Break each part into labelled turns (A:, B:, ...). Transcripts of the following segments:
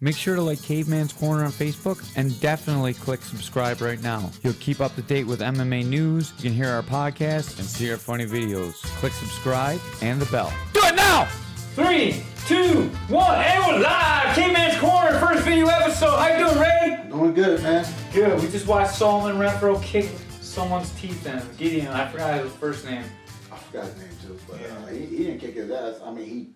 A: Make sure to like Caveman's Corner on Facebook and definitely click subscribe right now. You'll keep up to date with MMA news, you can hear our podcast, and see our funny videos. Click subscribe and the bell. Do it now!
B: Three, two, one, and we're live! Caveman's Corner, first video episode. How you doing, Ray?
C: Doing good, man.
B: Good. We just watched Solomon Renfro kick someone's teeth in. Gideon, I forgot his first name.
C: I forgot his name too, but uh, he, he didn't kick his ass. I mean, he.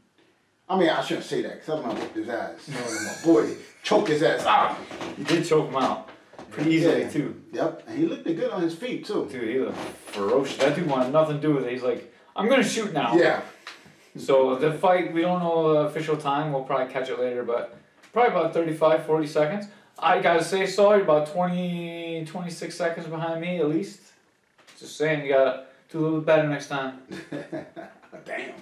C: I mean, I shouldn't say that because I'm gonna whip his ass. You know, my boy, choke his ass out.
B: You did choke him out. Pretty easily,
C: Yeah.
B: too.
C: Yep, and he looked good on his feet too.
B: Dude, he looked ferocious. That dude wanted nothing to do with it. He's like, I'm gonna shoot now.
C: Yeah,
B: So the fight, we don't know the official time. We'll probably catch it later, but probably about 35, 40 seconds. I gotta say, sorry, about 20, 26 seconds behind me at least. Just saying, you gotta do a little bit better next time.
C: damn.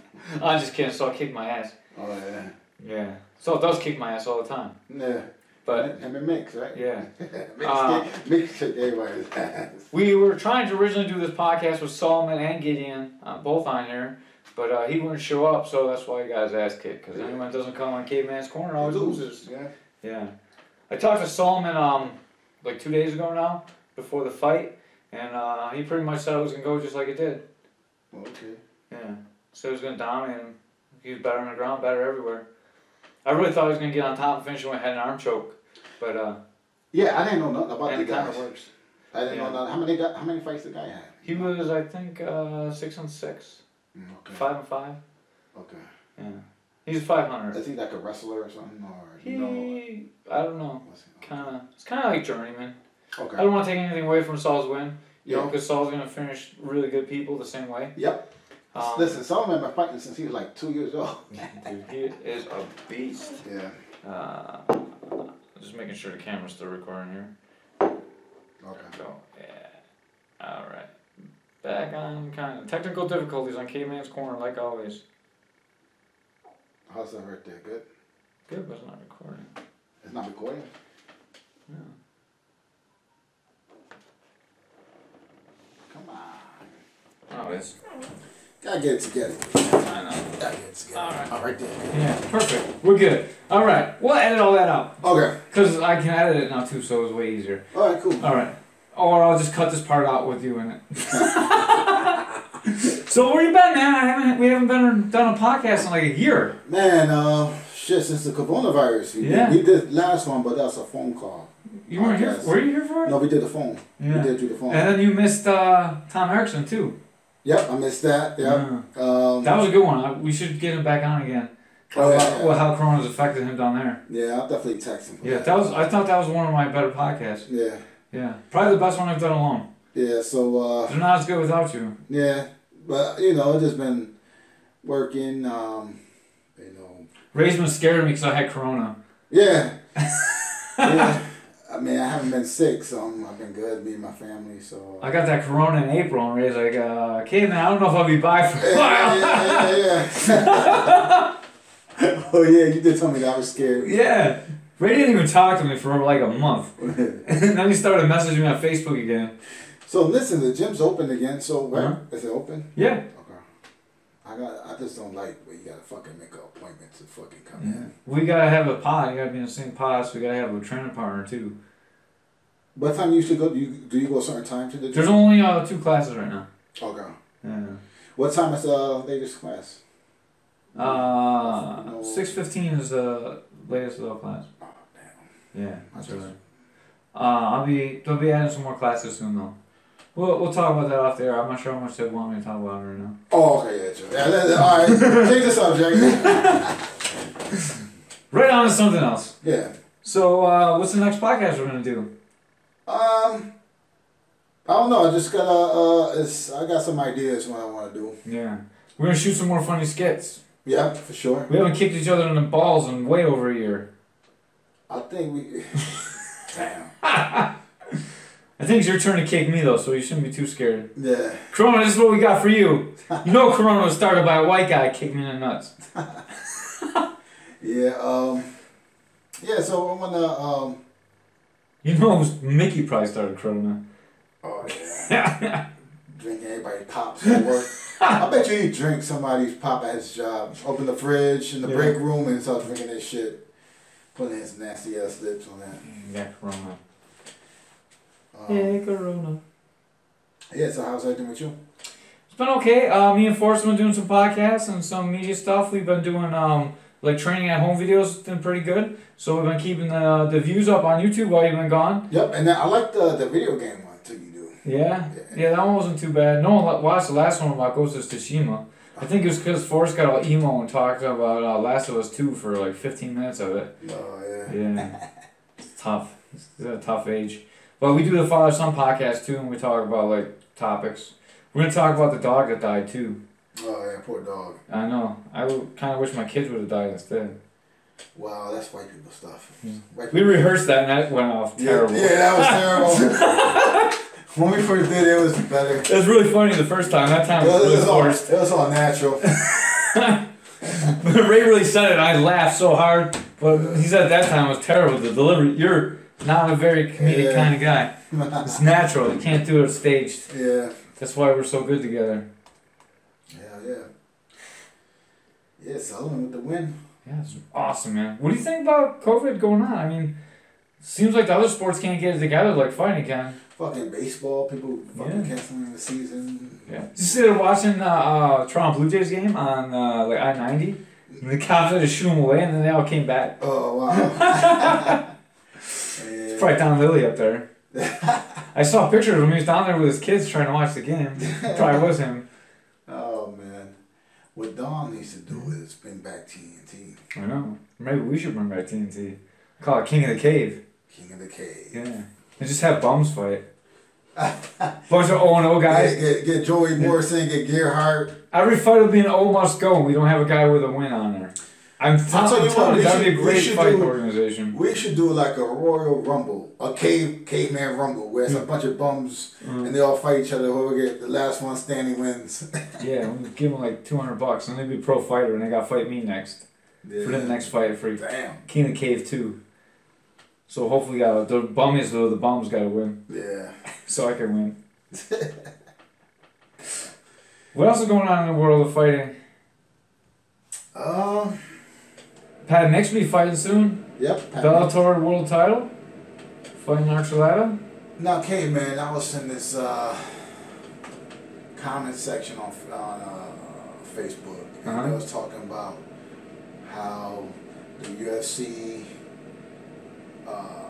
B: I'm just kidding. So I kick my ass.
C: Oh yeah,
B: Yeah. So it does kick my ass all the time.
C: yeah.
B: But
C: Him and Mix, right?
B: yeah,
C: Mix,
B: Uh,
C: kick- Mix kicked everybody's ass.
B: we were trying to originally do this podcast with Solomon and Gideon, uh, both on here, but uh, he wouldn't show up, so that's why he got his ass kicked. Because anyone that doesn't come on Caveman's Corner always loses.
C: Yeah.
B: Yeah. I talked to Solomon um like two days ago now, before the fight, and uh, he pretty much said it was gonna go just like it did.
C: Okay.
B: Yeah. So he was gonna dominate him. He was better on the ground, better everywhere. I really thought he was gonna get on top and finish him with a head and arm choke, but uh,
C: Yeah, I didn't know nothing about
B: and
C: the
B: it kind of
C: guy.
B: works.
C: I didn't
B: Yeah.
C: know nothing. How many got, how many fights the guy had?
B: He was, I think, uh, six and six,
C: Mm, Okay.
B: five and five.
C: Okay.
B: Yeah. He's five hundred.
C: Is he like a wrestler or something or
B: He,
C: no?
B: I don't know,
C: What's he-
B: kind of. It's kind of like journeyman. I
C: Okay.
B: don't want to take anything away from Saul's win. You know,
C: Yeah.
B: because Saul's gonna finish really good people the same way.
C: Yep.
B: Um,
C: Listen, Solomon been fighting since he was like two years old.
B: Dude, he is a beast.
C: Yeah.
B: Uh, just making sure the camera's still recording here.
C: Okay.
B: So, yeah. Alright. Back on kind of technical difficulties on Caveman's Corner, like always.
C: How's that right there? Good?
B: Good, but it's not recording.
C: It's not recording?
B: No.
C: Come on.
B: Oh, it is.
C: Gotta get it together.
B: I know.
C: Gotta get it together.
B: Alright.
C: All right there.
B: Yeah, perfect. We're good. Alright, we'll edit all that out.
C: Okay.
B: Because I can edit it now too, so it's way easier.
C: All right, cool.
B: Alright. Or I'll just cut this part out with you in it. so where you been, man? I haven't we haven't been done a podcast in like a year.
C: Man, uh, shit, since the coronavirus, we,
B: Yeah.
C: did, we did last one, but that's a phone call.
B: You weren't here.
C: Podcast.
B: Were you here for it?
C: No, we did the phone.
B: Yeah.
C: We did do the phone.
B: And then you missed uh, Tom Erickson too.
C: Yep, I missed that. Yep.
B: Yeah.
C: Um,
B: That was a good one. I, we should get him back on again.
C: Oh, yeah,
B: About-
C: yeah.
B: well, how Corona's affected him down there.
C: yeah, I'll definitely text him. for
B: Yeah, that was. I thought that was one of my better podcasts.
C: Yeah.
B: Yeah, probably the best one I've done alone.
C: Yeah, so, uh,
B: They're not as good without you.
C: yeah. But, you know, i just been working, um, you know.
B: Raisman scared me because I had Corona.
C: Yeah. yeah. I mean, I haven't been sick, so i I've been good, me and my family, so.
B: I got that Corona in April, and Ray's like, uh, "Okay, man, I don't know if I'll be by for a
C: yeah,
B: while."
C: yeah, yeah, yeah. oh yeah, you did tell me that I was scared.
B: yeah. Ray didn't even talk to me for like a month, and then he started messaging me on Facebook again.
C: So listen, the gym's open again. So where is
B: Uh-huh.
C: it open?
B: Yeah.
C: Okay. I got. I just don't like where you gotta fucking make an appointment to fucking come in.
B: We gotta have a pod. You gotta be in the same pod, so we gotta have a training partner too.
C: What time you usually go? Do you do you go a certain time to the
B: There's
C: gym?
B: only uh, two classes right now.
C: Okay.
B: Yeah.
C: What time is the latest class?
B: Uh,
C: No.
B: six fifteen is the latest of the class.
C: Oh damn.
B: Yeah,
C: that's
B: that's
C: right.
B: right. Uh, I'll be they'll be adding some more classes soon though. We'll we'll talk about that off the air. I'm not sure how much they want me to talk about it right now.
C: Oh okay, yeah, true. Yeah, that- that- all right. Change the subject.
B: Right on to something else.
C: yeah.
B: So uh, what's the next podcast we're gonna do?
C: Um. I don't know. I just gotta. Uh, it's. I got some ideas what I want to do.
B: Yeah, we're gonna shoot some more funny skits.
C: Yeah, for sure.
B: We haven't kicked each other in the balls in way over a year.
C: I think we. Damn.
B: I think it's your turn to kick me though, so you shouldn't be too scared.
C: Yeah.
B: Corona, this is what we got for you. You know, Corona was started by a white guy kicking me in the nuts.
C: Yeah. Um. Yeah. So I'm gonna. Um.
B: You know, it was Mickey probably started Corona.
C: Oh yeah. Drinking everybody's pops at work. I bet you he drinks somebody's pop at his job. Open the fridge in the
B: Yeah.
C: break room and start drinking this shit. Putting his nasty ass lips on that.
B: Yeah, Corona.
C: Um, yeah.
B: Yeah, Corona.
C: so how's everything with you?
B: It's been okay. Uh, me and Forrest have been doing some podcasts and some media stuff. We've been doing um, like training at home videos. It's been pretty good. So we've been keeping the, the views up on YouTube while you've been gone.
C: Yep, and then I like the, the video game one too, you do.
B: Yeah. Yeah, that one wasn't too bad. No one li- watched the last one about Ghost of Tsushima. I think it was because Forrest got all emo and talked about uh, Last of Us 2 for like 15 minutes of it.
C: Oh, yeah.
B: Yeah. it's tough. It's it's a tough age. But we do the Father Son podcast too, and we talk about like topics. We're going to talk about the dog that died too.
C: Oh, yeah, poor dog.
B: I know. I kind of wish my kids would have died instead.
C: Wow, that's white people stuff.
B: Yeah.
C: White
B: We rehearsed that and that went off Hmm. terrible.
C: Yeah, that was terrible. when we first did it, it was better.
B: It was really funny the first time. That time
C: It was,
B: was
C: it
B: really
C: was all,
B: forced.
C: it was all natural.
B: Ray really said it, and I laughed so hard. But he said that time was terrible. The delivery, you're not a very comedic
C: Yeah.
B: kind of guy. It's natural. You can't do it staged.
C: yeah.
B: That's why we're so good together.
C: Yeah, yeah. Yeah, Sullivan with the win.
B: Yeah, it's awesome, man. What do you think about COVID going on? I mean, seems like the other sports can't get it together like fighting can.
C: Fucking baseball, people fucking
B: Yeah.
C: canceling the season.
B: Yeah. Did you see they're watching uh, uh, Toronto Blue Jays game on uh, like I ninety? And the cops had to shoo them away, and then they all came back.
C: Oh, wow.
B: It's
C: yeah.
B: probably Don Lilly up there. I saw pictures of him. He was down there with his kids trying to watch the game. It probably was him.
C: Oh, man. What Don needs to do is bring back TNT.
B: I know. Maybe we should bring back TNT. Call it King of the Cave.
C: King of the Cave.
B: Yeah. And just have bums fight. Bunch of O and O guys.
C: Get, get, get Joey Morrison, get Gearhart.
B: Every fight will be an O must go, and we don't have a guy with a win on there. I'm, t-
C: I'll tell
B: I'm
C: you
B: telling
C: what,
B: you,
C: we
B: that'd be a
C: should- we
B: great
C: should
B: fight
C: do-
B: organization.
C: We should do like a Royal Rumble, a cave caveman rumble, where
B: Mm.
C: it's a bunch of bums and they all fight each other. Whoever get the last one standing wins.
B: Yeah, we give them like 200 bucks, and they'd be pro fighter, and they gotta fight me next. For the next fight, for
C: Damn.
B: King of the Cave 2. So hopefully, got the bum is though, the bum's gotta win,
C: Yeah.
B: so I can win. what else is going on in the world of fighting?
C: Um.
B: Pat Nix be fighting soon.
C: Yep.
B: Bellator world title. Fighting Archuleta.
C: Now, okay, man, I was in this uh, comment section on on uh, Facebook, and
B: Uh-huh.
C: they was talking about how the UFC uh,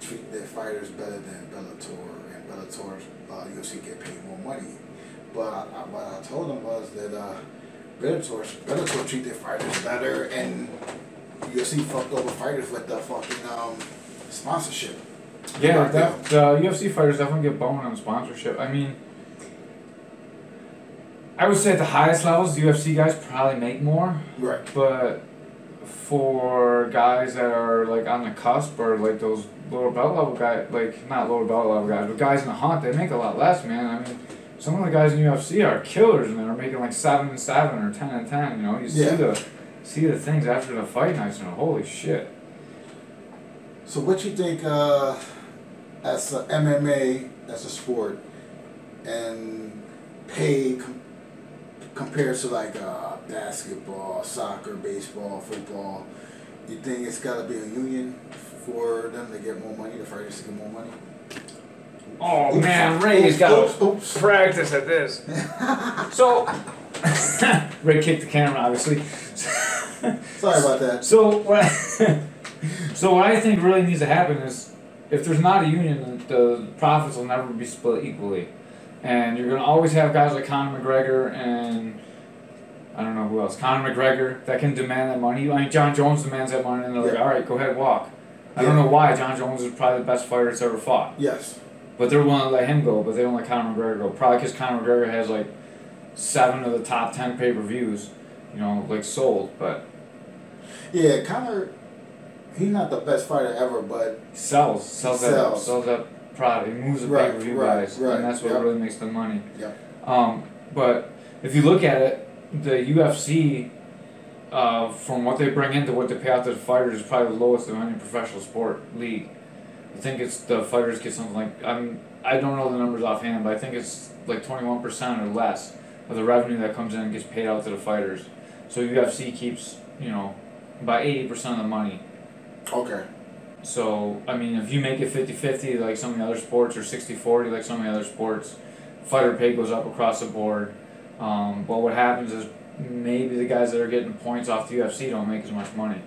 C: treat their fighters better than Bellator, and Bellator uh, UFC get paid more money. But I, I- what I told them was that uh, Bellator Bellator treat their fighters better, and UFC fucked over fighters with the fucking um, sponsorship.
B: Yeah,
C: Right
B: that, uh, the UFC fighters definitely get boned on sponsorship. I mean, I would say at the highest levels, the UFC guys probably make more,
C: Right.
B: but for guys that are like on the cusp or like those lower belt level guys, like not lower belt level guys, but guys in the hunt, they make a lot less, man. I mean, some of the guys in UFC are killers and they're making like seven and seven or ten and ten. You know, you see
C: Yeah.
B: the see the things after the fight nights and holy shit.
C: So what you think uh, as a MMA as a sport and pay com- compared to like uh, basketball, soccer, baseball, football? You think it's got to be a union for them to get more money, the fighters to get more money?
B: Oh
C: Oops,
B: man, Ray's
C: oops,
B: got
C: oops, oops.
B: practice at this. so, Ray kicked the camera, obviously.
C: Sorry about that.
B: So what? so what I think really needs to happen is, if there's not a union, the profits will never be split equally, and you're gonna always have guys like Conor McGregor and. I don't know who else. Conor McGregor that can demand that money. I mean, John Jones demands that money, and they're like,
C: Yeah.
B: "All right, go ahead, walk." I don't
C: Yeah.
B: know why John Jones is probably the best fighter that's ever fought.
C: Yes.
B: But they're willing to let him go, but they don't let Conor McGregor go. Probably because Conor McGregor has like seven of the top ten pay per views, you know, like sold. But
C: Yeah, Conor, he's not the best fighter ever, but
B: he sells, sells that,
C: Sells.
B: sells that product. He moves the
C: Right,
B: pay per view
C: right,
B: guys,
C: right,
B: and that's what
C: yep.
B: really makes the money.
C: Yep.
B: Um, but if you look at it, the UFC, uh, from what they bring in to what they pay out to the fighters, is probably the lowest of any professional sport league. I think it's the fighters get something like I'm I don't know the numbers offhand, but I think it's like twenty one percent or less of the revenue that comes in and gets paid out to the fighters. So UFC keeps you know about eighty percent of the money,
C: Okay.
B: So, I mean, if you make it 50 50 like some of the other sports, or 60 40 like some of the other sports, fighter pay goes up across the board. Um, but what happens is maybe the guys that are getting points off the UFC don't make as much money.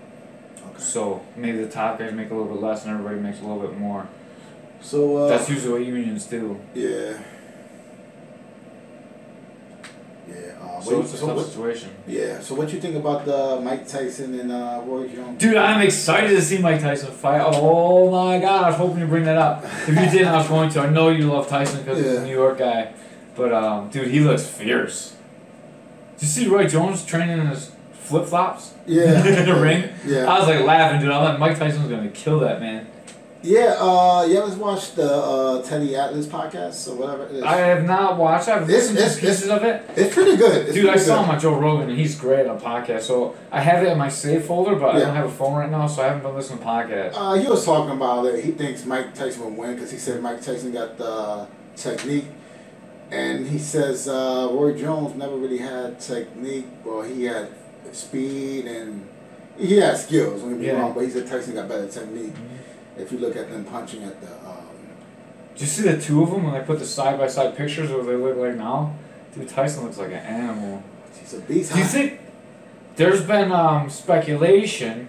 C: Okay.
B: So maybe the top guys make a little bit less and everybody makes a little bit more.
C: So uh,
B: That's usually what unions do.
C: yeah. Yeah. Uh,
B: So
C: what,
B: it's a
C: so
B: tough
C: what,
B: situation.
C: yeah. So what you think about the Mike Tyson and uh, Roy Jones?
B: Dude, I'm excited to see Mike Tyson fight. Oh my god, I was hoping to bring that up. If you didn't, I was going to. I know you love Tyson because he's
C: Yeah.
B: a New York guy. But, um, dude, he looks fierce. Did you see Roy Jones training in his flip flops?
C: Yeah.
B: in the ring? Uh, I
C: Yeah.
B: was like laughing, dude. I'm like, Mike Tyson's going to kill that man.
C: Yeah. Uh, you haven't watched the uh, Teddy Atlas podcast or whatever it is?
B: I have not watched. I've
C: This-
B: listened to
C: this-
B: pieces of it.
C: it's pretty good. It's
B: Dude, I
C: pretty
B: saw
C: good.
B: him on Joe Rogan, and he's great on podcasts. So I have it in my save folder, but I
C: Yeah.
B: don't have a phone right now, so I haven't been listening to podcasts.
C: Uh, he was talking about it. He thinks Mike Tyson will win because he said Mike Tyson got the technique, and he says uh, Roy Jones never really had technique. Well, he had speed and he had skills. Don't get me
B: Yeah.
C: wrong, but he said Tyson got better technique. If you look at them punching at the, um,
B: Did you see the two of them when I put the side by side pictures of what they look like now? Dude, Tyson looks like an animal.
C: he's a beast.
B: Do you
C: huh?
B: think there's been um, speculation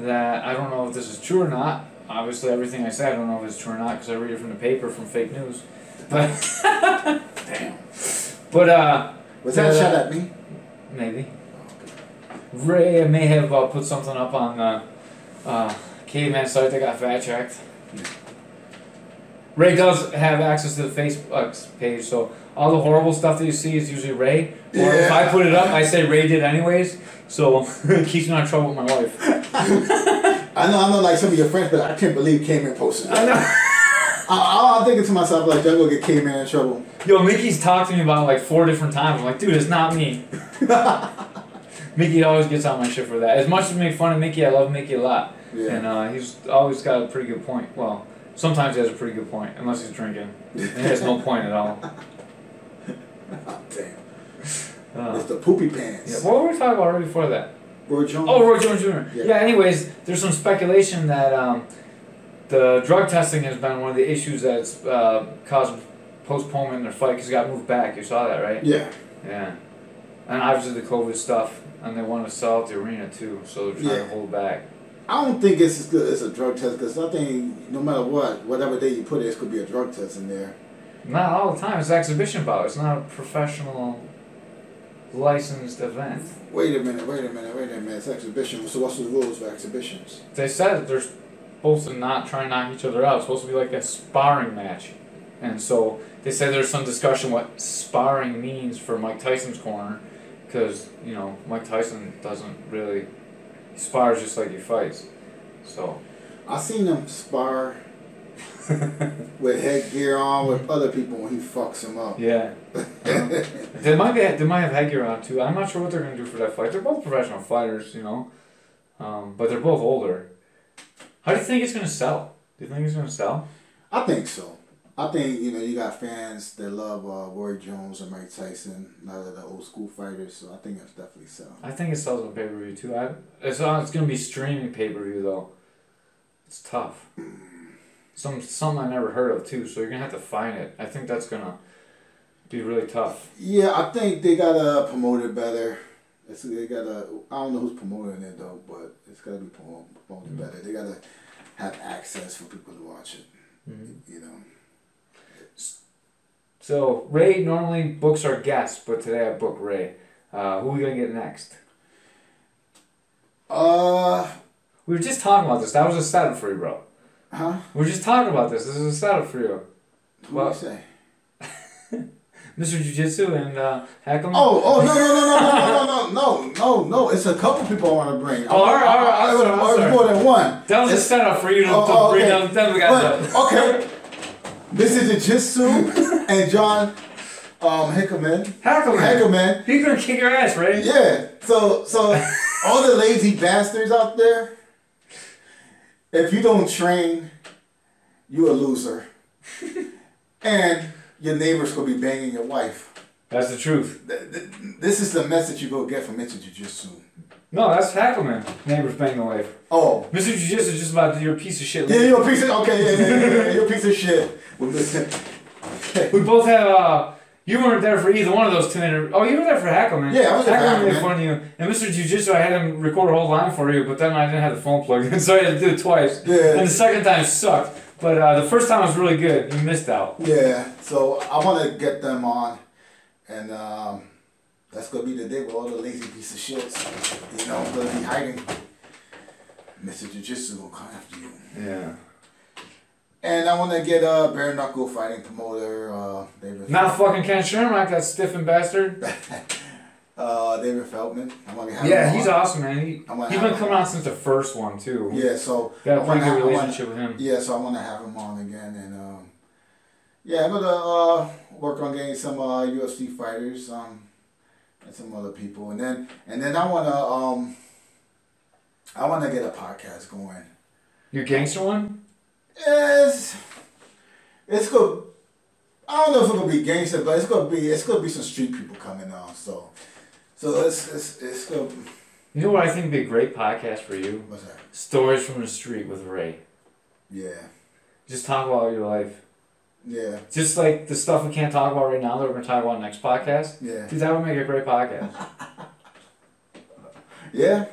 B: that I don't know if this is true or not? Obviously, everything I say, I don't know if it's true or not because I read it from the paper from fake news. But
C: Damn.
B: but uh,
C: Was that a
B: Yeah.
C: shot at me?
B: maybe Ray may have uh, put something up on the uh, caveman site that got fact checked. Ray does have access to the Facebook page, so all the horrible stuff that you see is usually Ray. Or if I put it up, I say Ray did anyways, so it keeps me out of trouble with my wife.
C: I know, I know, like some of your friends, but I can't believe Cayman posted that.
B: I know.
C: I, I'm thinking to myself, like, y'all gonna get Cayman in trouble.
B: Yo, Mickey's talked to me about it like four different times. I'm like, dude, it's not me. Mickey always gets on my shit for that. As much as we make fun of Mickey, I love Mickey a lot.
C: Yeah.
B: And uh, he's always got a pretty good point. Well, sometimes he has a pretty good point, unless he's drinking. He has no point at all.
C: Damn.
B: Uh,
C: It's the poopy
B: yeah,
C: pants.
B: what were we talking about right before that?
C: Roy Jones.
B: Oh, Roy Jones Jr. Yeah.
C: Yeah.
B: anyways, there's some speculation that um, the drug testing has been one of the issues that's uh, caused postponement in their fight because it got moved back. You saw that, right?
C: Yeah.
B: Yeah. And obviously the COVID stuff, and they want to sell out the arena too, so they're trying
C: Yeah.
B: to hold back.
C: I don't think it's as good as a drug test because I think no matter what, whatever day you put it, it's gonna be a drug test in there.
B: Not all the time. It's an exhibition bout. It's not a professional, licensed event.
C: Wait a minute, wait a minute, wait a minute. It's exhibition. So what's the rules for exhibitions?
B: They said they're supposed to not try and knock each other out. It's supposed to be like a sparring match. And so they said there's some discussion what sparring means for Mike Tyson's corner, because you know Mike Tyson doesn't really he spars just like he fights. So
C: I seen him spar with headgear on with other people when he fucks them up.
B: yeah. They might be, they might have Heger on too. I'm not sure what they're gonna do for that fight. They're both professional fighters, you know, um, but they're both older. How do you think it's gonna sell? Do you think it's gonna sell?
C: I think so. I think you know you got fans that love uh, Roy Jones and Mike Tyson, a lot of the old school fighters. So I think that's definitely so.
B: I think it sells on pay per view too. I it's on, it's gonna be streaming pay per view though. It's tough. Some something I never heard of too. So you're gonna have to find it. I think that's gonna be really tough.
C: Yeah, I think they gotta promote it better. It's, they gotta. I don't know who's promoting it though, but it's gotta be promoted, promoted better. They gotta have access for people to watch it. You know.
B: So Ray normally books our guests, but today I book Ray. Uh, who are we gonna get next?
C: Uh,
B: We were just talking about this. That was a setup for you, bro.
C: huh?
B: We We're just talking about this. This is a setup for you.
C: What
B: Well-
C: you say?
B: Mr. Jiu Jitsu and uh, Hackam.
C: Oh, oh no no no no no no no no no! It's a couple people I want to bring.
B: Oh, all right, all right,
C: I, I, I,
B: I'm sorry, I'm
C: I-
B: sorry.
C: more than one.
B: that was a
C: It's-
B: setup for you to,
C: Oh,
B: to
C: oh,
B: bring
C: okay.
B: up. Then we got
C: But,
B: that.
C: okay, this is the Jitsu and John um, Hickerman.
B: Hackam.
C: Hickerman.
B: He's gonna kick your ass, Ray.
C: Yeah. So so all the lazy bastards out there, if you don't train, you a loser. and your neighbors gonna be banging your wife.
B: That's the truth.
C: Th- th- This is the message you go get from Mr. Jiu-Jitsu.
B: No, that's Hackleman. Neighbors bang the wife.
C: Oh,
B: Mr. Jiu Jitsu is just about your piece of shit.
C: yeah, you're a piece of okay, yeah, yeah, yeah, yeah, you're a piece of shit. With Mr.
B: We both have. Uh, you weren't there for either one of those two inter- Oh, you were there for Hackleman.
C: Yeah, I was there for
B: Hackleman
C: Hackleman.
B: did one of you. And Mr. Jiu Jitsu, I had him record a whole line for you, but then I didn't have the phone plugged in, so I had to do it twice.
C: Yeah.
B: And the second time sucked. But uh, the first time was really good. You missed out.
C: Yeah, so I want to get them on, and um, that's gonna be the day with all the lazy piece of shits. You know, I'm gonna be hiding. Mr. Jiu-Jitsu will come after you.
B: Yeah.
C: And I want to get a uh, bare knuckle fighting promoter. Uh, David.
B: Not fucking Ken Shamrock, that stiffing bastard.
C: Uh, David Feldman. I want to have
B: Yeah,
C: him
B: he's
C: on.
B: awesome, man. He,
C: I wanna
B: he's
C: have
B: been
C: him
B: coming
C: on.
B: on since the first one, too.
C: Yeah, so
B: Got
C: I
B: a pretty
C: wanna-
B: good
C: I wanna-
B: relationship with him.
C: Yeah, so I want to have him on again, and um, yeah, I'm gonna uh, work on getting some uh, UFC fighters, um, and some other people, and then and then I wanna um, I wanna get a podcast going.
B: Your gangster one?
C: It's it's gonna I don't know if it's gonna be gangster, but it's gonna be it's gonna be some street people coming on, so so it's it's it's gonna
B: You know what I think would be a great podcast for you?
C: what's that?
B: Stories from the Street with Ray.
C: Yeah,
B: Just talk about your life.
C: yeah,
B: Just like the stuff we can't talk about right now that we're gonna talk about next podcast.
C: yeah,
B: Dude, that would make a great podcast.
C: yeah,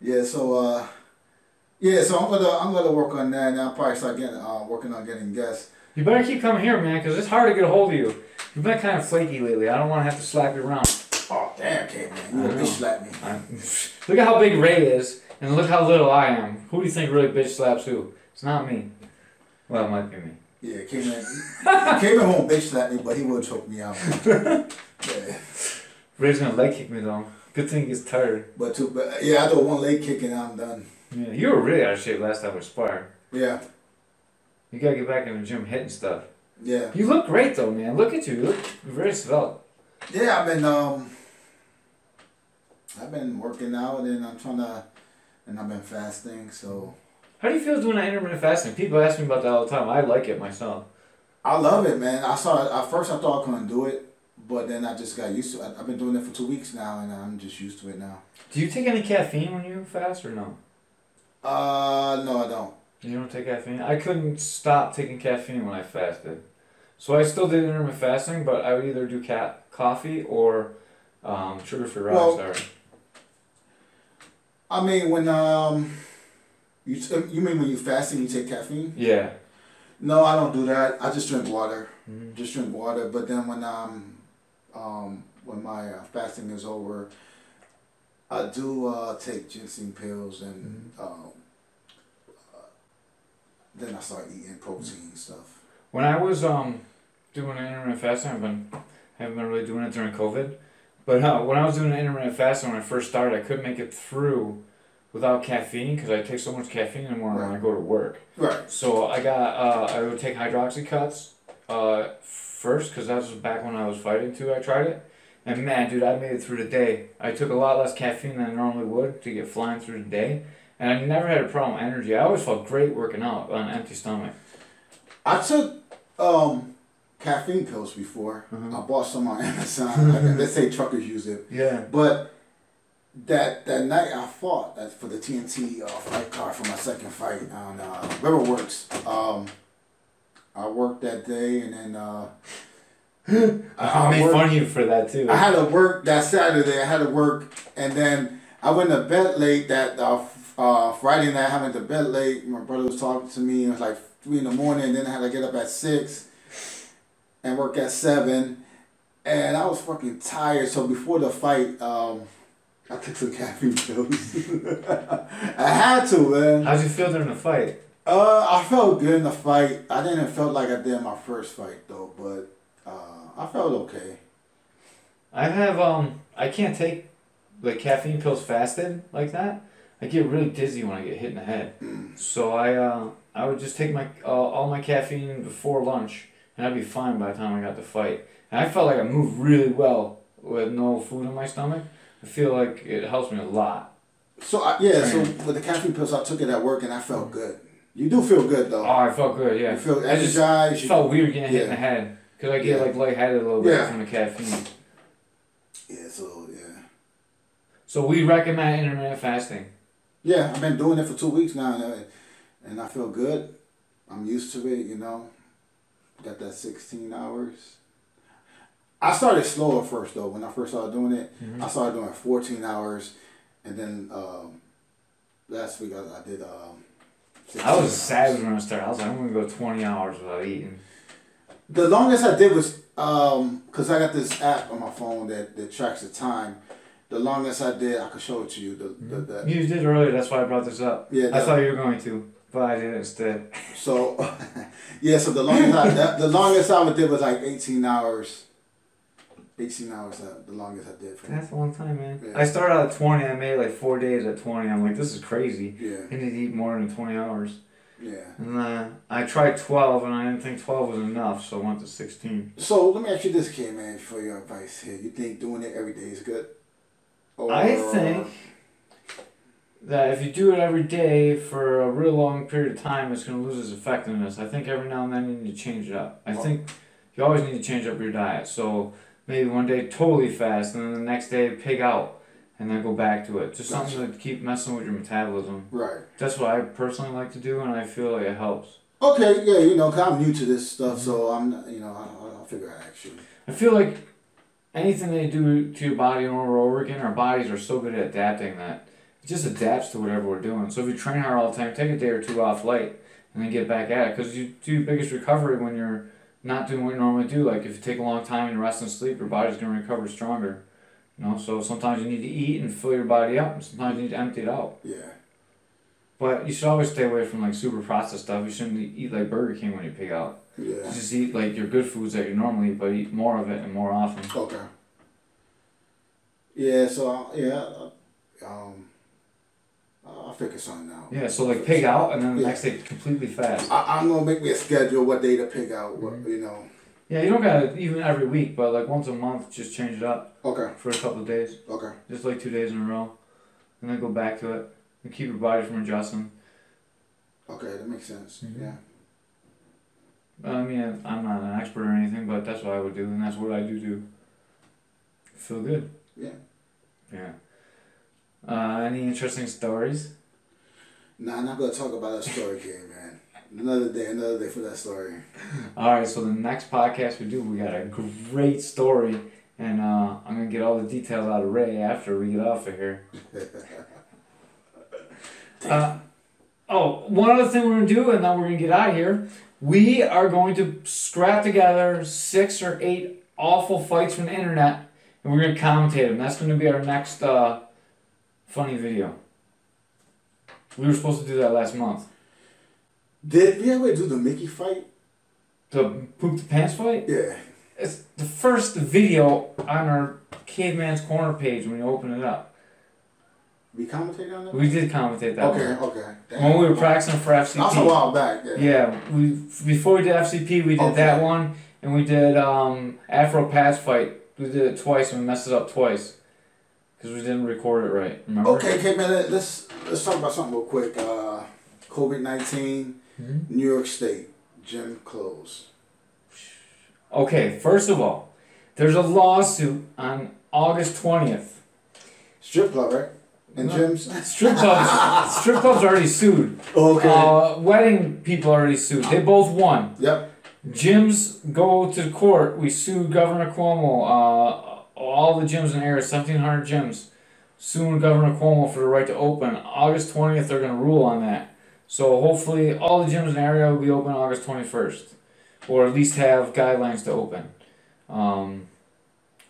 C: yeah. So uh, yeah, so I'm gonna I'm gonna work on that, and I'll probably start getting uh, working on getting guests.
B: You better keep coming here, man, because it's hard to get a hold of you. You've been kind of flaky lately. I don't want to have to slap you around.
C: Oh damn, K man, you
B: I
C: gonna
B: know.
C: bitch slap me?
B: I'm- look at how big Ray is, and look how little I am. Who do you think really bitch slaps who? It's not me. Well, it might be me.
C: Yeah, K man, K man won't bitch slap me, but he will choke me out. yeah.
B: Ray's gonna leg kick me though. Good thing he's tired.
C: But two, but yeah, I do one leg kick and I'm done.
B: Yeah, you were really out of shape last time we sparred.
C: Yeah,
B: You gotta get back in the gym hitting stuff.
C: yeah,
B: You look great though, man. Look at you. You look very svelte.
C: yeah. I've been um, I've been working out and I'm trying to, and I've been fasting. So
B: How do you feel doing that intermittent fasting? People ask me about that all the time. I like it myself.
C: I love it, man. I saw at first I thought I couldn't do it, but then I just got used to. it. I, I've been doing it for two weeks now, and I'm just used to it now.
B: Do you take any caffeine when you fast or no?
C: Uh, no, I don't.
B: You don't take caffeine? I couldn't stop taking caffeine when I fasted. So I still did intermittent fasting, but I would either do ca- coffee or um, sugar free rock star.
C: Well- I mean, when um, you t- um, you mean when you fasting you take caffeine?
B: Yeah.
C: No, I don't do that. I just drink water.
B: Mhm.
C: Just drink water. But then when um, um, when my uh, fasting is over, I do uh, take ginseng pills and um, uh, then I start eating protein stuff.
B: When I was um doing an intermittent fasting, I've been haven't been really doing it during COVID. But uh, when I was doing an intermittent fasting when I first started, I couldn't make it through without caffeine because I take so much caffeine in the morning when I go to work.
C: Right.
B: So I got uh, I would take hydroxy cuts uh, first because that was back when I was fighting too. I tried it, and man, dude, I made it through the day. I took a lot less caffeine than I normally would to get flying through the day, and I never had a problem with energy. I always felt great working out on an empty stomach.
C: I took um, caffeine pills before.
B: Mhm.
C: I bought some on Amazon. Like, Let's say truckers use it.
B: Yeah.
C: But that that night I fought that for the TNT uh, fight card for my second fight on uh, Riverworks. Um, I worked that day and then uh, I,
B: I
C: I
B: made
C: worked-
B: fun of you for that too.
C: I had to work that Saturday. I had to work and then I went to bed late that uh, f- uh, Friday night. I went to bed late. My brother was talking to me. It was like three in the morning. Then I had to get up at six and work at seven. And I was fucking tired. So before the fight, um, I took some caffeine pills. I had to, man.
B: How'd you feel during the fight?
C: Uh, I felt good in the fight. I didn't feel like I did in my first fight though, but uh, I felt okay.
B: I have um I can't take like caffeine pills fasted like that. I get really dizzy when I get hit in the head. So I uh, I would just take my uh, all my caffeine before lunch and I'd be fine by the time I got to fight. And I felt like I moved really well with no food in my stomach. I feel like it helps me a lot.
C: So I, yeah, so
B: Right.
C: with the caffeine pills, I took it at work and I felt good. You do feel good though.
B: Oh, I felt good. Yeah,
C: You feel
B: I just
C: energized.
B: it
C: you-
B: felt weird getting hit in the
C: Yeah.
B: head. Because I get
C: Yeah.
B: like lightheaded a little bit
C: Yeah.
B: from the caffeine.
C: Yeah, so yeah.
B: So we recommend intermittent fasting.
C: Yeah, I've been doing it for two weeks now, and I, and I feel good. I'm used to it, you know. Got that 16 hours. I started slow at first though. When I first started doing it,
B: Mm-hmm.
C: I started doing 14 hours, and then um, last week I, I did. Um, 16
B: I was
C: hours.
B: savage when I started. I was like, I'm gonna go 20 hours without eating.
C: The longest I did was um, cause I got this app on my phone that, that tracks the time. The longest I did, I could show it to you. The, the, the,
B: You did earlier. That's why I brought this up.
C: Yeah,
B: I
C: no.
B: thought you were going to, but I did instead.
C: So, yeah. So the longest I, the, the longest I did was like eighteen hours. Eighteen hours. Uh, the longest I did for me.
B: That's a long time, man.
C: Yeah.
B: I started out at 20. I made like four days at 20. I'm like, this is crazy. I
C: Yeah.
B: need to eat more than 20 hours.
C: Yeah.
B: And uh, I tried 12, and I didn't think 12 was enough, so I went to 16.
C: So let me ask you this, K man, for your advice here. You think doing it every day is good? Or,
B: I think that if you do it every day for a real long period of time, it's going to lose its effectiveness. I think every now and then you need to change it up. I
C: Well-
B: think you always need to change up your diet. So maybe one day totally fast, and then the next day pig out, and then go back to it. Just something to keep messing with your metabolism.
C: Right.
B: That's what I personally like to do, and I feel like it helps.
C: Okay. Yeah. You know, i I'm new to this stuff, so I'm not- you know I- I, I'll figure out actually.
B: I feel like anything they do to your body over and over again, our bodies are so good at adapting that it just adapts to whatever we're doing. So if you train hard all the time, take a day or two off light and then get back at it because you do your biggest recovery when you're not doing what you normally do. Like if you take a long time and rest and sleep, your body's going to recover stronger. You know, so sometimes you need to eat and fill your body up, and sometimes you need to empty it out.
C: Yeah.
B: But you should always stay away from like super processed stuff. You shouldn't eat like Burger King when you pick out.
C: Yeah.
B: Just eat like your good foods that you normally eat, but eat more of it and more often.
C: Okay. Yeah. So I, yeah. I- Um. I'll figure something out.
B: Yeah, so like pig out and then the
C: Yeah.
B: next day completely fast.
C: I, I'm gonna make me a schedule what day to pick out. What,
B: Mm-hmm.
C: You know.
B: Yeah, you don't gotta even every week, but like once a month, just change it up
C: Okay.
B: for a couple of days,
C: Okay.
B: just like two days in a row, and then go back to it and keep your body from adjusting.
C: Okay. That makes sense.
B: Mhm.
C: Yeah.
B: I mean, I'm not an expert or anything, but that's what I would do, and that's what I do do. Feel good.
C: Yeah.
B: Yeah. Uh, any interesting stories?
C: Nah, I'm not gonna talk about that story game, man. Another day, another day for that story.
B: All right, so the next podcast we do, we got a great story, and uh, I'm gonna get all the details out of Ray after we get off of here. uh, oh, one other thing we're gonna do, and then we're gonna get out of here. We are going to scrap together six or eight awful fights from the internet, and we're gonna commentate them. That's gonna be our next uh, funny video. We were supposed to do that last month.
C: Did we ever do the Mickey fight?
B: The poop the pants fight.
C: Yeah.
B: It's the first video on our Caveman's Corner page when you open it up.
C: We commentated on that.
B: We did commentate that
C: okay.
B: one.
C: Okay.
B: When we were practicing for FCP.
C: That was a while back. Yeah.
B: Yeah, we before we did FCP, we did
C: Okay.
B: that one, and we did um, Afro Pass Fight. We did it twice, and we messed it up twice because we didn't record it right. Remember?
C: Okay, okay, man. let- Let's let's talk about something real quick. Uh, COVID 19
B: Mhm.
C: New York State, gym closed.
B: Okay. First of all, there's a lawsuit on August twentieth.
C: Strip club, right? And
B: No.
C: gyms.
B: Strip clubs, strip clubs already sued.
C: Okay.
B: Uh, wedding people already sued. They both won.
C: Oh. yep.
B: Gyms go to court. We sue Governor Cuomo. Uh, all the gyms in the area, 1,700 gyms, suing Governor Cuomo for the right to open. August 20th, they're going to rule on that. So hopefully, all the gyms in the area will be open August 21st, or at least have guidelines to open. Um,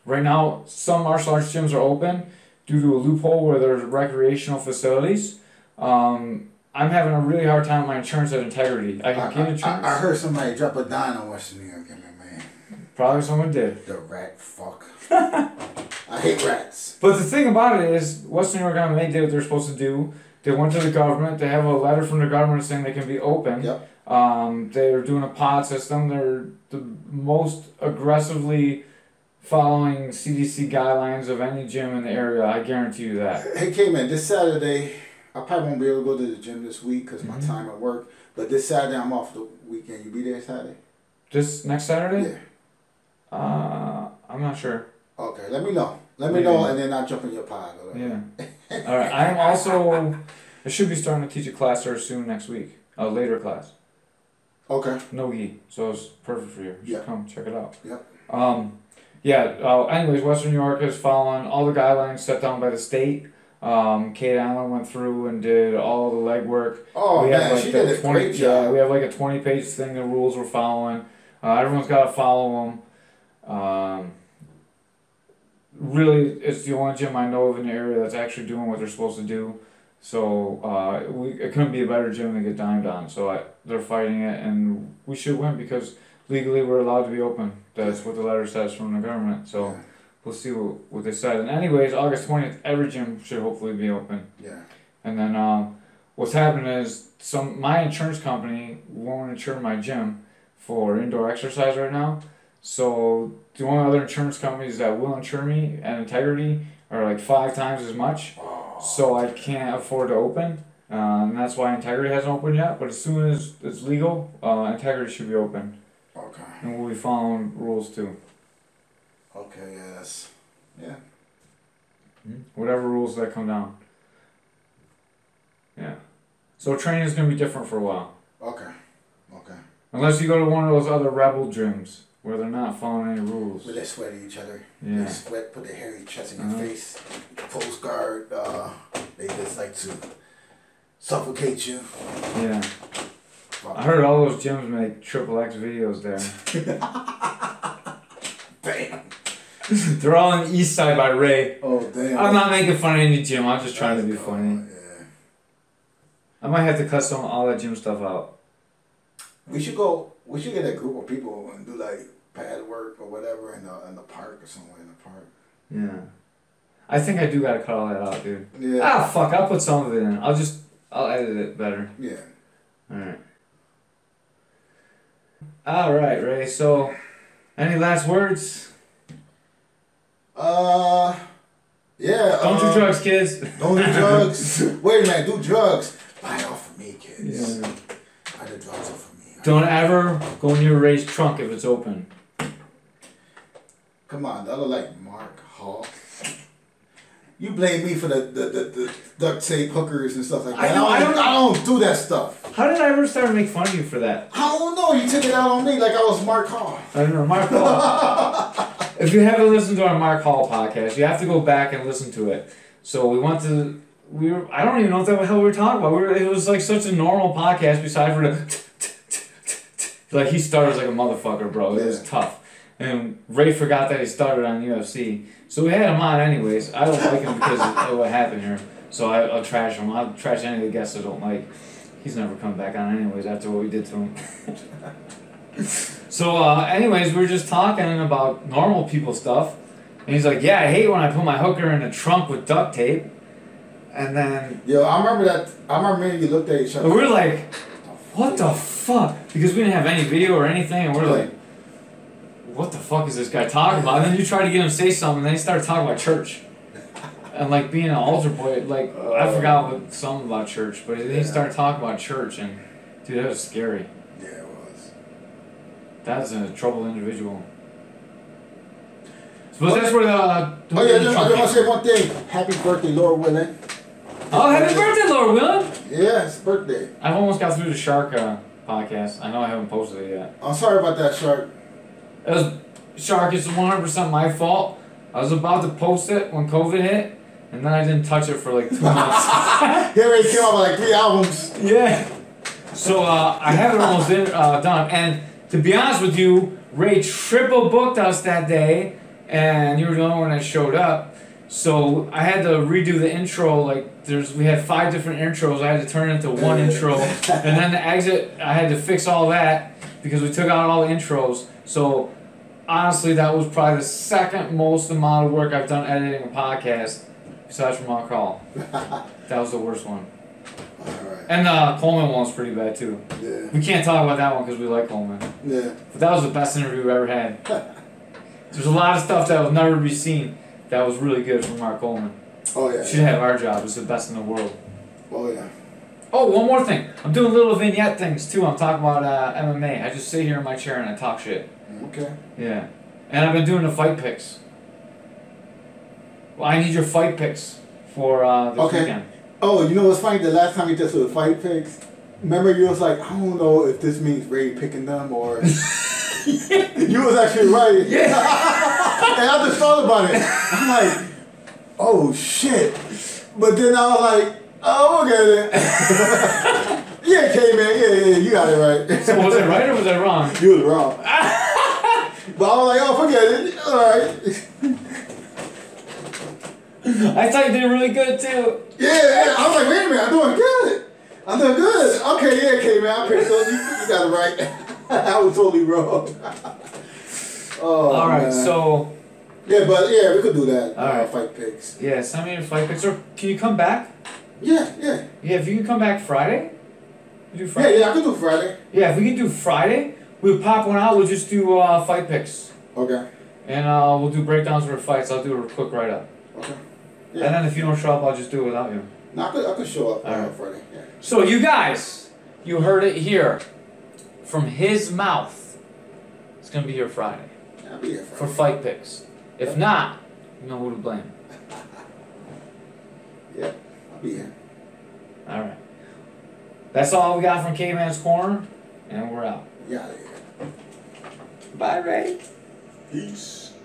B: right now, some martial arts gyms are open due to a loophole where there's recreational facilities. Um, I'm having a really hard time with my insurance at Integrity. I
C: I,
B: can get insurance.
C: I- I heard somebody drop a dime on Western New York, man. man.
B: Probably someone did.
C: The rat fuck. I hate rats.
B: But the thing about it is, Western New York MMA did what they're supposed to do. They went to the government. They have a letter from the government saying they can be open.
C: Yep.
B: Um, they're doing a pod system. They're the most aggressively following CDC guidelines of any gym in the area. I guarantee you that.
C: Hey, K man, this Saturday, I probably won't be able to go to the gym this week because
B: Mm-hmm.
C: my time at work. But this Saturday, I'm off the weekend. You be there Saturday?
B: This next Saturday?
C: Yeah.
B: Uh, I'm not sure.
C: Okay, let me know. Let me
B: Maybe.
C: know, and then I'll jump in your pod. all right?
B: Yeah. All right. I'm also. I should be starting to teach a class there soon next week. A later class.
C: Okay.
B: No gi. So it's perfect for you. You should
C: Yeah.
B: come check it out.
C: Yeah.
B: Um, yeah. Uh, anyways, Western New York is following all the guidelines set down by the state. Um, Kate Allen went through and did all the legwork.
C: Oh
B: we
C: man,
B: have like
C: she
B: the
C: did a
B: 20,
C: great
B: Yeah, we
C: job.
B: have like a twenty-page thing. The rules we're following. Uh, everyone's got to follow them. Um, really, it's the only gym I know of in the area that's actually doing what they're supposed to do. So uh, we, it couldn't be a better gym to get dimed on. So I, they're fighting it, and we should win because legally we're allowed to be open. That's what the letter says from the government. So
C: Yeah.
B: we'll see what, what they said. And anyways, August twentieth, every gym should hopefully be open.
C: Yeah.
B: And then um, what's happened is some my insurance company won't insure my gym for indoor exercise right now. So the only other insurance companies that will insure me at Integrity are like five times as much. So I can't afford to open. Um, and that's why Integrity hasn't opened yet. But as soon as it's legal, uh, Integrity should be open,
C: Okay.
B: and we'll be following rules too.
C: Okay. Yes. Yeah.
B: Whatever rules that come down. Yeah. So training's gonna be different for a while.
C: Okay. Okay.
B: Unless you go to one of those other rebel gyms where they're not following any rules.
C: Well, they sweat at each other. They
B: Yeah.
C: sweat, put their hairy chest in
B: Uh-huh.
C: your face. Coast guard. Uh, they just like to suffocate you.
B: Yeah. I heard all those gyms make triple X videos there.
C: Damn.
B: they're all on the east side by Ray.
C: Oh damn. Oh,
B: I'm not making fun of any gym, I'm just trying to be funny.
C: Yeah.
B: I might have to cut some all that gym stuff out.
C: We should go. We should get a group of people and do like pad work or whatever in the in the park or somewhere in the park.
B: Yeah. I think I do gotta cut all that out, dude.
C: Yeah.
B: Ah fuck, I'll put some of it in. I'll just I'll edit it better.
C: Yeah.
B: Alright. Alright, Ray, so any last words?
C: Uh. Yeah.
B: Don't do
C: um,
B: drugs, kids.
C: Don't do drugs. Wait a minute. Do drugs. Buy it off of me, kids.
B: Yeah.
C: Buy the drugs off of me.
B: Don't ever go near Ray's trunk if it's open.
C: Come on, that look like Mark Hall. You blame me for the, the, the, the duct tape hookers and stuff like
B: I
C: that.
B: know, I
C: I, don't, I don't do that stuff.
B: How did I ever start to make fun of you for that?
C: I don't know. You took it out on me like I was Mark Hall.
B: I don't know, Mark Hall. if you haven't listened to our Mark Hall podcast, you have to go back and listen to it. So we went to we were, I don't even know what the hell we were talking about. We were, it was like such a normal podcast beside for the like he started like a motherfucker, bro. It was
C: Yeah.
B: tough. And Ray forgot that he started on UFC. So we had him on anyways. I don't like him because of what happened here. So I, I'll trash him. I'll trash any of the guests I don't like. He's never come back on anyways after what we did to him. So, uh, anyways, we were just talking about normal people stuff, and he's like, "Yeah, I hate when I put my hooker in a trunk with duct tape," and then
C: Yo, I remember that. I remember me and you looked at each other.
B: but we're like, "What the fuck?" Because we didn't have any video or anything, and we're like, "What the fuck is this guy talking about?" And then you try to get him to say something, and they start talking about church, and like being an altar boy. Like I forgot what something about church, but then he
C: Yeah.
B: started talking about church, and dude, that was scary.
C: Yeah, it was.
B: That's a troubled individual. But that's where the. Uh,
C: Oh yeah, I just, I just want to say one thing. Happy birthday, Lord willing.
B: Oh, happy birthday, Lord Willem!
C: Yeah, it's birthday.
B: I've almost got through the Shark uh, podcast. I know I haven't posted it yet.
C: I'm sorry about that, Shark.
B: It was, Shark, it's 100% my fault. I was about to post it when COVID hit, and then I didn't touch it for like two months.
C: He already came out with like three albums.
B: yeah. So uh, I have it almost in, uh, done. And to be honest with you, Ray triple booked us that day, and you were the only one that showed up. So I had to redo the intro. Like there's, we had five different intros. I had to turn it into one intro, and then the exit. I had to fix all that because we took out all the intros. So honestly, that was probably the second most amount of work I've done editing a podcast, besides from on call. That was the worst one.
C: All right.
B: And uh, Coleman one was pretty bad too.
C: Yeah.
B: We can't talk about that one because we like Coleman.
C: Yeah.
B: But that was the best interview we ever had. There's a lot of stuff that will never be seen that was really good from Mark Coleman.
C: Oh yeah.
B: Should have our job. It's the best in the world.
C: Oh yeah.
B: Oh, one more thing. I'm doing little vignette things too. I'm talking about uh, MMA. I just sit here in my chair and I talk shit.
C: Okay.
B: Yeah. And I've been doing the fight picks. Well, I need your fight picks for uh, this
C: Okay.
B: weekend.
C: Oh, you know what's funny? The last time we did the fight picks, remember you was like, I don't know if this means Ray picking them or. you was actually right. Yeah. and I just thought about it. I'm like, oh shit. But then I was like, oh, okay then. yeah, K man, yeah, yeah, you got it right.
B: So was I right or was I wrong?
C: You was wrong. but I was like, oh, forget it. All right.
B: I thought you did really good too.
C: Yeah, yeah. I was like, wait a minute, I'm doing good. I'm doing good. Okay, yeah, okay, man. I picked those. You, you got it right. I was totally wrong. oh,
B: All right,
C: man.
B: so
C: yeah, but yeah, we could do that.
B: All
C: uh,
B: right.
C: fight picks.
B: yeah, send me your fight picks. Or can you come back?
C: Yeah, yeah,
B: Yeah, if you can come back Friday, you do
C: yeah,
B: Friday.
C: yeah. I could do Friday.
B: Yeah, if we can do Friday, we'll pop one out. We'll just do uh, fight picks,
C: Okay,
B: and uh, we'll do breakdowns for fights. I'll do a quick write up,
C: okay.
B: and then if you don't show up, I'll just do it without you.
C: No, I could, I could show up
B: All
C: on
B: right.
C: Friday. Yeah.
B: So you guys, you heard it here, from his mouth. It's gonna be here Friday
C: I'll be here
B: for
C: Friday.
B: fight picks. If not, you know who to blame.
C: yeah, I'll be here.
B: All right. That's all we got from Caveman's Corner, and we're out.
C: Yeah, yeah.
B: Bye, Ray.
C: Peace.